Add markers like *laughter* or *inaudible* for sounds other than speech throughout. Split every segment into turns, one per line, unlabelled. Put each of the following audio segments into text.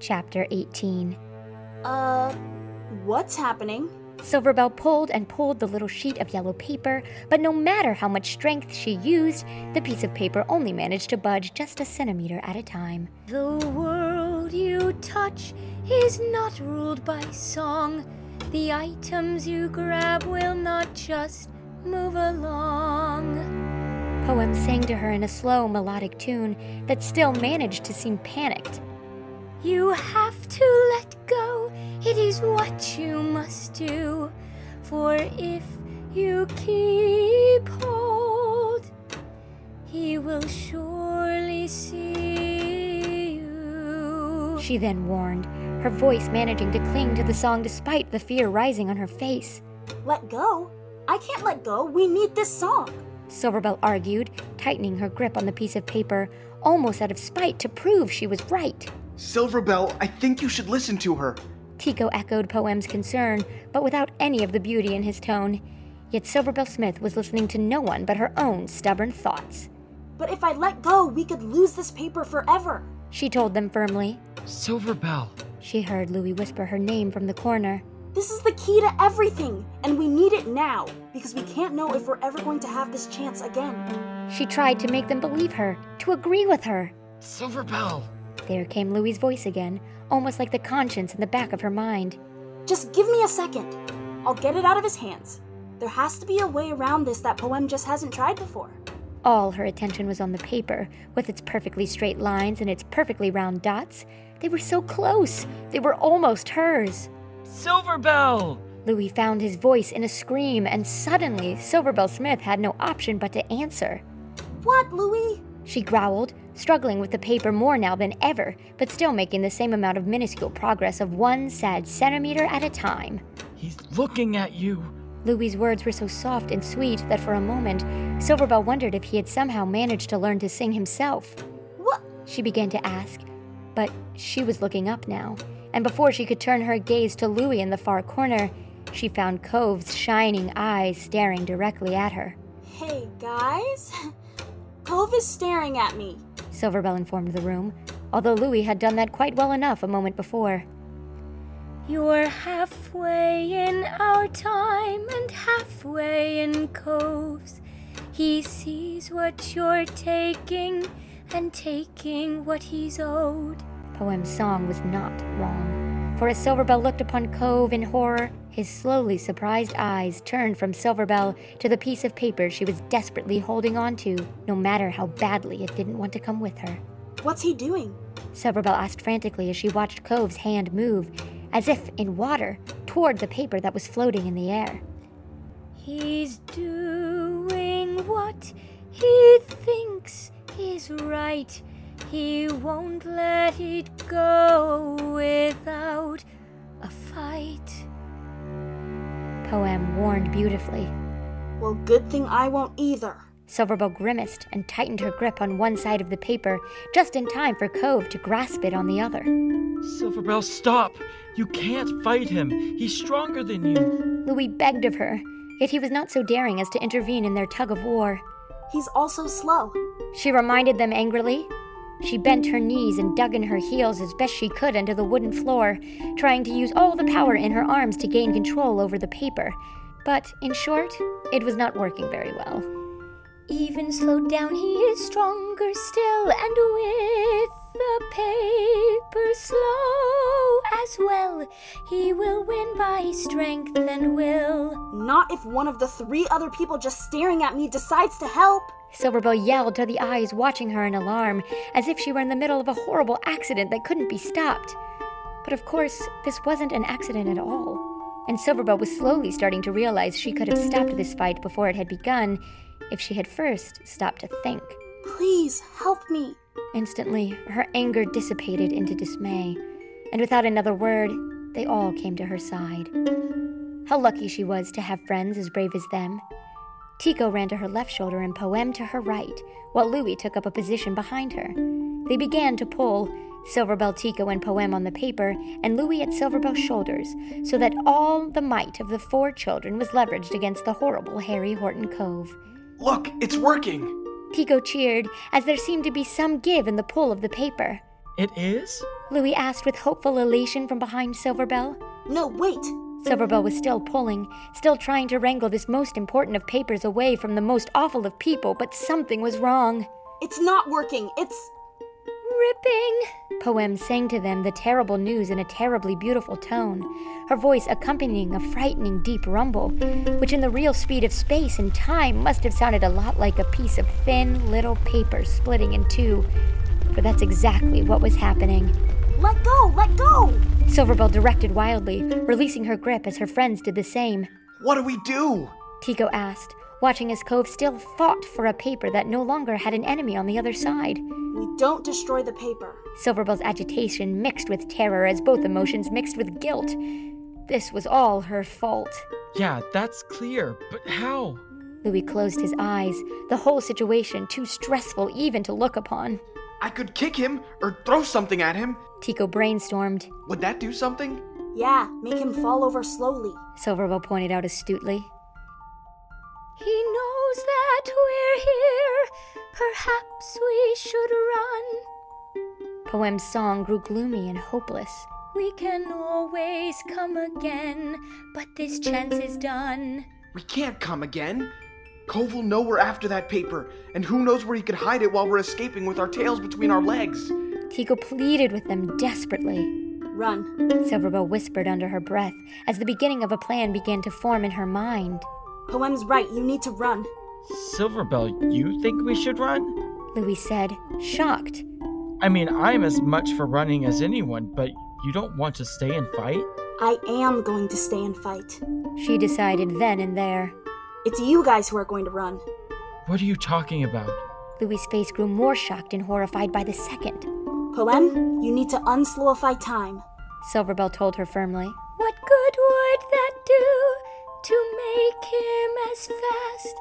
Chapter 18
Uh, what's happening?
Silverbell pulled and pulled the little sheet of yellow paper, but no matter how much strength she used, the piece of paper only managed to budge just a centimeter at a time.
The world you touch is not ruled by song. The items you grab will not just move along.
Poem sang to her in a slow, melodic tune that still managed to seem panicked.
You have to let go. It is what you must do. For if you keep hold, he will surely see you.
She then warned, her voice managing to cling to the song despite the fear rising on her face.
Let go? I can't let go. We need this song.
Silverbell argued, tightening her grip on the piece of paper, almost out of spite to prove she was right.
Silverbell, I think you should listen to her.
Tico echoed Poem's concern, but without any of the beauty in his tone. Yet Silverbell Smith was listening to no one but her own stubborn thoughts.
But if I let go, we could lose this paper forever.
She told them firmly.
Silverbell.
She heard Louis whisper her name from the corner.
This is the key to everything, and we need it now because we can't know if we're ever going to have this chance again.
She tried to make them believe her, to agree with her.
Silverbell.
There came Louis's voice again, almost like the conscience in the back of her mind.
Just give me a second. I'll get it out of his hands. There has to be a way around this that Poem just hasn't tried before.
All her attention was on the paper, with its perfectly straight lines and its perfectly round dots. They were so close, they were almost hers.
Silverbell.
Louis found his voice in a scream, and suddenly Silverbell Smith had no option but to answer.
What, Louis?
She growled, struggling with the paper more now than ever, but still making the same amount of minuscule progress of one sad centimeter at a time.
He's looking at you.
Louis's words were so soft and sweet that for a moment, Silverbell wondered if he had somehow managed to learn to sing himself.
What?
She began to ask, but she was looking up now, and before she could turn her gaze to Louis in the far corner, she found Cove's shining eyes staring directly at her.
Hey, guys? *laughs* Cove is staring at me.
Silverbell informed the room, although Louis had done that quite well enough a moment before.
You're halfway in our time and halfway in Cove's. He sees what you're taking and taking what he's owed.
Poem's song was not wrong, for as Silverbell looked upon Cove in horror, his slowly surprised eyes turned from Silverbell to the piece of paper she was desperately holding on to, no matter how badly it didn't want to come with her.
What's he doing?
Silverbell asked frantically as she watched Cove's hand move, as if in water, toward the paper that was floating in the air.
He's doing what he thinks is right. He won't let it go without a fight.
Poem warned beautifully.
Well, good thing I won't either.
Silverbell grimaced and tightened her grip on one side of the paper, just in time for Cove to grasp it on the other.
Silverbell, stop. You can't fight him. He's stronger than you.
Louis begged of her, yet he was not so daring as to intervene in their tug of war.
He's also slow.
She reminded them angrily. She bent her knees and dug in her heels as best she could into the wooden floor, trying to use all the power in her arms to gain control over the paper. But, in short, it was not working very well.
Even slowed down, he is stronger still, and with the paper slow as well, he will win by strength and will.
Not if one of the three other people just staring at me decides to help.
Silverbell yelled to the eyes watching her in alarm, as if she were in the middle of a horrible accident that couldn't be stopped. But of course, this wasn't an accident at all. And Silverbell was slowly starting to realize she could have stopped this fight before it had begun if she had first stopped to think.
Please help me.
Instantly, her anger dissipated into dismay, and without another word, they all came to her side. How lucky she was to have friends as brave as them. Tico ran to her left shoulder and Poem to her right, while Louis took up a position behind her. They began to pull, Silverbell, Tico, and Poem on the paper, and Louis at Silverbell's shoulders, so that all the might of the four children was leveraged against the horrible Harry Horton Cove.
Look, it's working.
Tico cheered, as there seemed to be some give in the pull of the paper.
It is?
Louis asked with hopeful elation from behind Silverbell.
No, wait!
Silverbell was still pulling, still trying to wrangle this most important of papers away from the most awful of people, but something was wrong.
It's not working! It's.
Ripping!
Poem sang to them the terrible news in a terribly beautiful tone, her voice accompanying a frightening deep rumble, which in the real speed of space and time must have sounded a lot like a piece of thin little paper splitting in two. For that's exactly what was happening.
Let go! Let go!
Silverbell directed wildly, releasing her grip as her friends did the same.
What do we do?
Tico asked, watching as Cove still fought for a paper that no longer had an enemy on the other side.
We don't destroy the paper.
Silverbell's agitation mixed with terror as both emotions mixed with guilt. This was all her fault.
Yeah, that's clear, but how?
Louis closed his eyes, the whole situation too stressful even to look upon.
I could kick him or throw something at him.
Tico brainstormed.
Would that do something?
Yeah, make him fall over slowly.
Silverbell pointed out astutely.
He knows that we're here. Perhaps we should run.
Poem's song grew gloomy and hopeless.
We can always come again, but this chance is done.
We can't come again. Cove will know we're after that paper, and who knows where he could hide it while we're escaping with our tails between our legs.
Tico pleaded with them desperately.
Run.
Silverbell whispered under her breath as the beginning of a plan began to form in her mind.
Poem's right, you need to run.
Silverbell, you think we should run?
Louis said, shocked.
I mean, I'm as much for running as anyone, but you don't want to stay and fight?
I am going to stay and fight.
She decided then and there.
It's you guys who are going to run.
What are you talking about?
Louis's face grew more shocked and horrified by the second.
Poem, you need to unslowify time.
Silverbell told her firmly.
What good would that do to make him as fast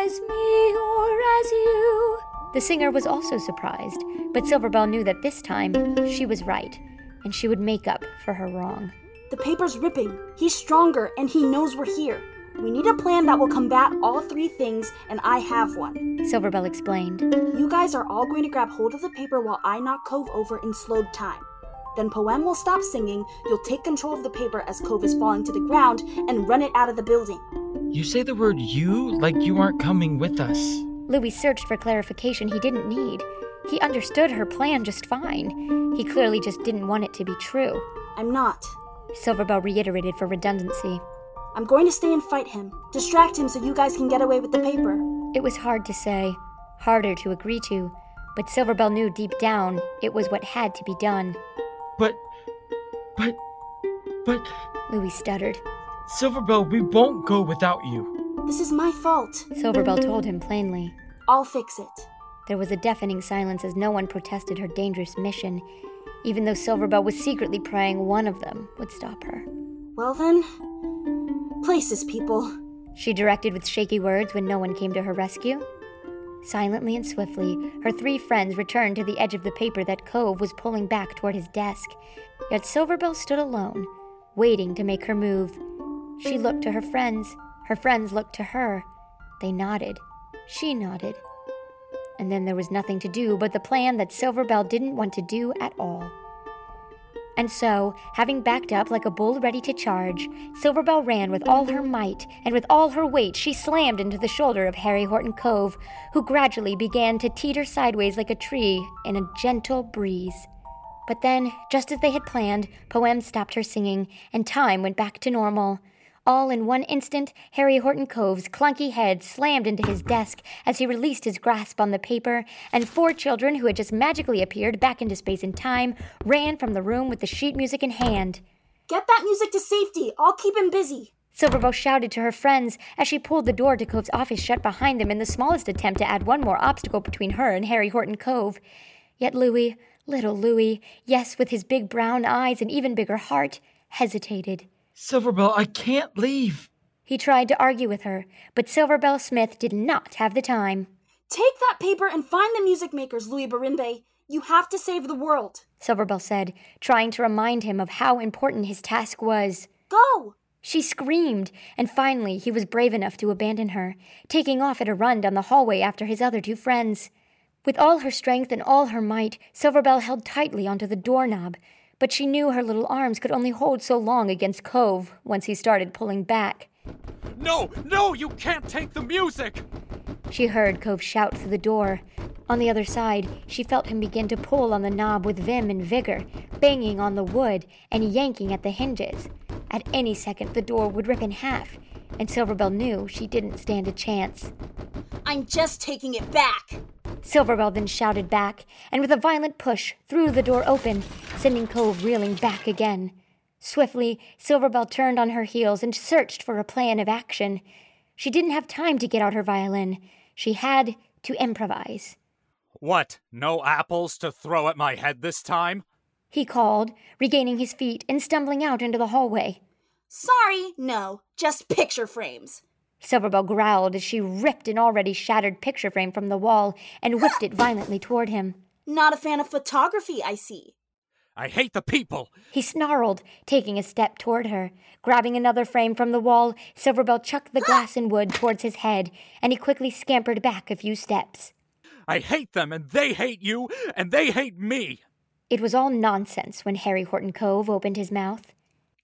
as me or as you?
The singer was also surprised, but Silverbell knew that this time she was right, and she would make up for her wrong.
The paper's ripping. He's stronger, and he knows we're here. We need a plan that will combat all three things, and I have one.
Silverbell explained.
You guys are all going to grab hold of the paper while I knock Cove over in slowed time. Then Poem will stop singing, you'll take control of the paper as Cove is falling to the ground, and run it out of the building.
You say the word you like you aren't coming with us.
Louis searched for clarification he didn't need. He understood her plan just fine. He clearly just didn't want it to be true.
I'm not.
Silverbell reiterated for redundancy.
I'm going to stay and fight him. Distract him so you guys can get away with the paper.
It was hard to say, harder to agree to, but Silverbell knew deep down it was what had to be done.
But. But. But.
Louis stuttered.
Silverbell, we won't go without you.
This is my fault.
Silverbell told him plainly.
I'll fix it.
There was a deafening silence as no one protested her dangerous mission, even though Silverbell was secretly praying one of them would stop her.
Well then, places, people.
She directed with shaky words when no one came to her rescue. Silently and swiftly, her three friends returned to the edge of the paper that Cove was pulling back toward his desk. Yet Silverbell stood alone, waiting to make her move. She looked to her friends. Her friends looked to her. They nodded. She nodded. And then there was nothing to do but the plan that Silverbell didn't want to do at all. And so, having backed up like a bull ready to charge, Silverbell ran with all her might, and with all her weight she slammed into the shoulder of Harry Horton Cove, who gradually began to teeter sideways like a tree in a gentle breeze. But then, just as they had planned, Poem stopped her singing, and time went back to normal. All in one instant, Harry Horton Cove's clunky head slammed into his desk as he released his grasp on the paper, and four children who had just magically appeared back into space and time ran from the room with the sheet music in hand.
Get that music to safety. I'll keep him busy.
Silverbell shouted to her friends as she pulled the door to Cove's office shut behind them in the smallest attempt to add one more obstacle between her and Harry Horton Cove. Yet Louis, little Louis, yes, with his big brown eyes and even bigger heart, hesitated.
Silverbell, I can't leave.
He tried to argue with her, but Silverbell Smith did not have the time.
Take that paper and find the music makers, Louis Barimbe. You have to save the world.
Silverbell said, trying to remind him of how important his task was.
Go!
She screamed, and finally he was brave enough to abandon her, taking off at a run down the hallway after his other two friends. With all her strength and all her might, Silverbell held tightly onto the doorknob, but she knew her little arms could only hold so long against Cove once he started pulling back.
No, no, you can't take the music!
She heard Cove shout through the door. On the other side, she felt him begin to pull on the knob with vim and vigor, banging on the wood and yanking at the hinges. At any second, the door would rip in half, and Silverbell knew she didn't stand a chance.
I'm just taking it back.
Silverbell then shouted back, and with a violent push, threw the door open, sending Cove reeling back again. Swiftly, Silverbell turned on her heels and searched for a plan of action. She didn't have time to get out her violin. She had to improvise.
What, no apples to throw at my head this time?
He called, regaining his feet and stumbling out into the hallway.
Sorry, no, just picture frames.
Silverbell growled as she ripped an already shattered picture frame from the wall and whipped it violently toward him.
Not a fan of photography, I see.
I hate the people!
He snarled, taking a step toward her. Grabbing another frame from the wall, Silverbell chucked the glass and wood towards his head, and he quickly scampered back a few steps.
I hate them, and they hate you, and they hate me!
It was all nonsense when Harry Horton Cove opened his mouth.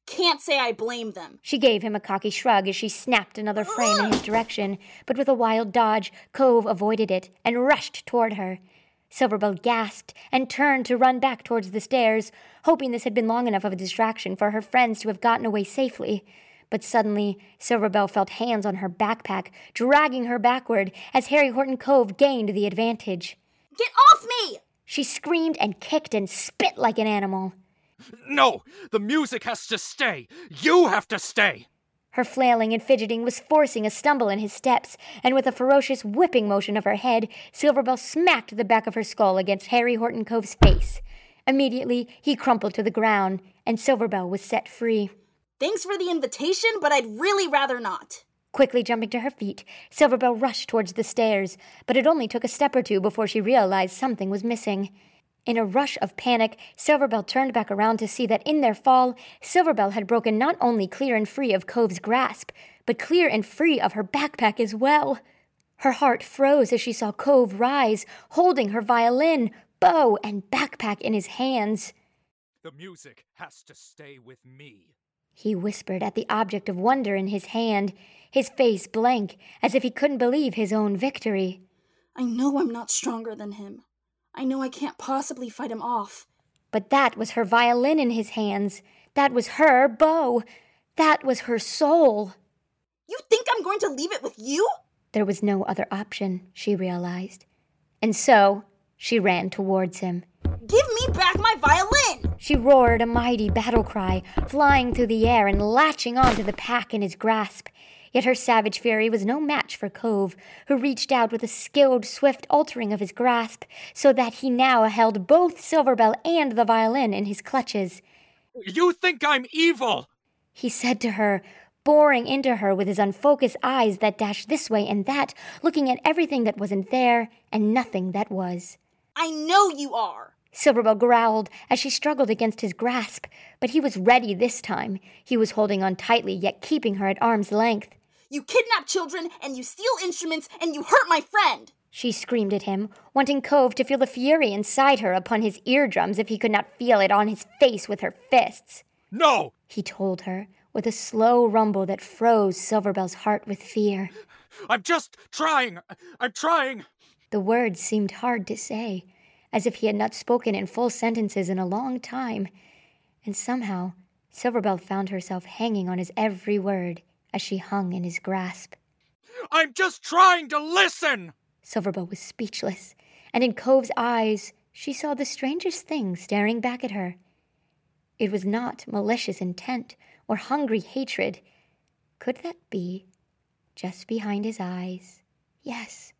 Can't say I blame them.
She gave him a cocky shrug as she snapped another frame in his direction, but with a wild dodge, Cove avoided it and rushed toward her. Silverbell gasped and turned to run back towards the stairs, hoping this had been long enough of a distraction for her friends to have gotten away safely. But suddenly, Silverbell felt hands on her backpack, dragging her backward as Harry Horton Cove gained the advantage.
Get off me!
She screamed and kicked and spit like an animal.
No, the music has to stay! You have to stay!
Her flailing and fidgeting was forcing a stumble in his steps, and with a ferocious whipping motion of her head, Silverbell smacked the back of her skull against Harry Horton Cove's face. Immediately, he crumpled to the ground, and Silverbell was set free.
Thanks for the invitation, but I'd really rather not.
Quickly jumping to her feet, Silverbell rushed towards the stairs, but it only took a step or two before she realized something was missing. In a rush of panic, Silverbell turned back around to see that in their fall, Silverbell had broken not only clear and free of Cove's grasp, but clear and free of her backpack as well. Her heart froze as she saw Cove rise, holding her violin, bow, and backpack in his hands.
The music has to stay with me.
He whispered at the object of wonder in his hand, his face blank, as if he couldn't believe his own victory.
I know I'm not stronger than him. I know I can't possibly fight him off.
But that was her violin in his hands. That was her bow. That was her soul.
You think I'm going to leave it with you?
There was no other option, she realized. And so she ran towards him.
Give me back my violin!
She roared a mighty battle cry, flying through the air and latching onto the pack in his grasp. Yet her savage fury was no match for Cove, who reached out with a skilled, swift altering of his grasp, so that he now held both Silverbell and the violin in his clutches.
You think I'm evil!
He said to her, boring into her with his unfocused eyes that dashed this way and that, looking at everything that wasn't there and nothing that was.
I know you are!
Silverbell growled as she struggled against his grasp, but he was ready this time. He was holding on tightly, yet keeping her at arm's length.
You kidnap children, and you steal instruments, and you hurt my friend!
She screamed at him, wanting Cove to feel the fury inside her upon his eardrums if he could not feel it on his face with her fists.
No!
He told her, with a slow rumble that froze Silverbell's heart with fear.
I'm just trying! I'm trying!
The words seemed hard to say, as if he had not spoken in full sentences in a long time, and somehow Silverbell found herself hanging on his every word as she hung in his grasp.
I'm just trying to listen!
Silverbell was speechless, and in Cove's eyes she saw the strangest thing staring back at her. It was not malicious intent or hungry hatred. Could that be? Just behind his eyes. Yes.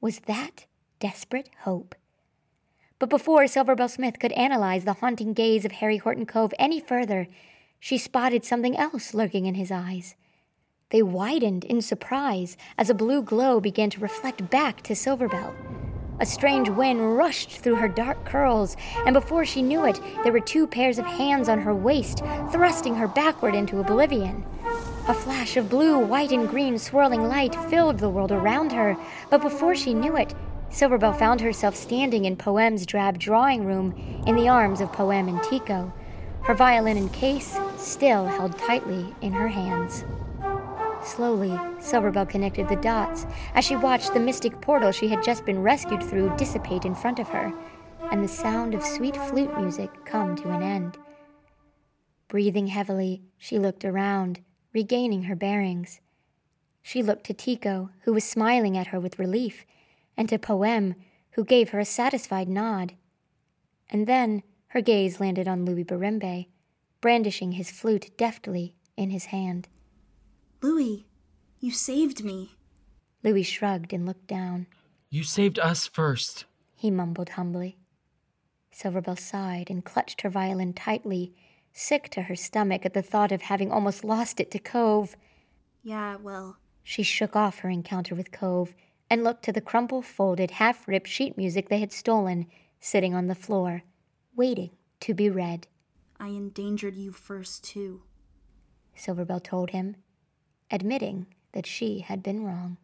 Was that desperate hope? But before Silverbell Smith could analyze the haunting gaze of Harry Horton Cove any further, she spotted something else lurking in his eyes. They widened in surprise as a blue glow began to reflect back to Silverbell. A strange wind rushed through her dark curls, and before she knew it, there were two pairs of hands on her waist, thrusting her backward into oblivion. A flash of blue, white, and green swirling light filled the world around her, but before she knew it, Silverbell found herself standing in Poem's drab drawing room in the arms of Poem and Tico, her violin and case still held tightly in her hands. Slowly, Silverbell connected the dots as she watched the mystic portal she had just been rescued through dissipate in front of her, and the sound of sweet flute music come to an end. Breathing heavily, she looked around, regaining her bearings. She looked to Tico, who was smiling at her with relief, and to Poem, who gave her a satisfied nod. And then her gaze landed on Louis Barimbe, brandishing his flute deftly in his hand.
Louis, you saved me.
Louis shrugged and looked down.
You saved us first.
he mumbled humbly. Silverbell sighed and clutched her violin tightly, sick to her stomach at the thought of having almost lost it to Cove.
Yeah, well,
She shook off her encounter with Cove and looked to the crumple folded, half ripped sheet music they had stolen, sitting on the floor, waiting to be read.
I endangered you first, too.
Silverbell told him, admitting that she had been wrong.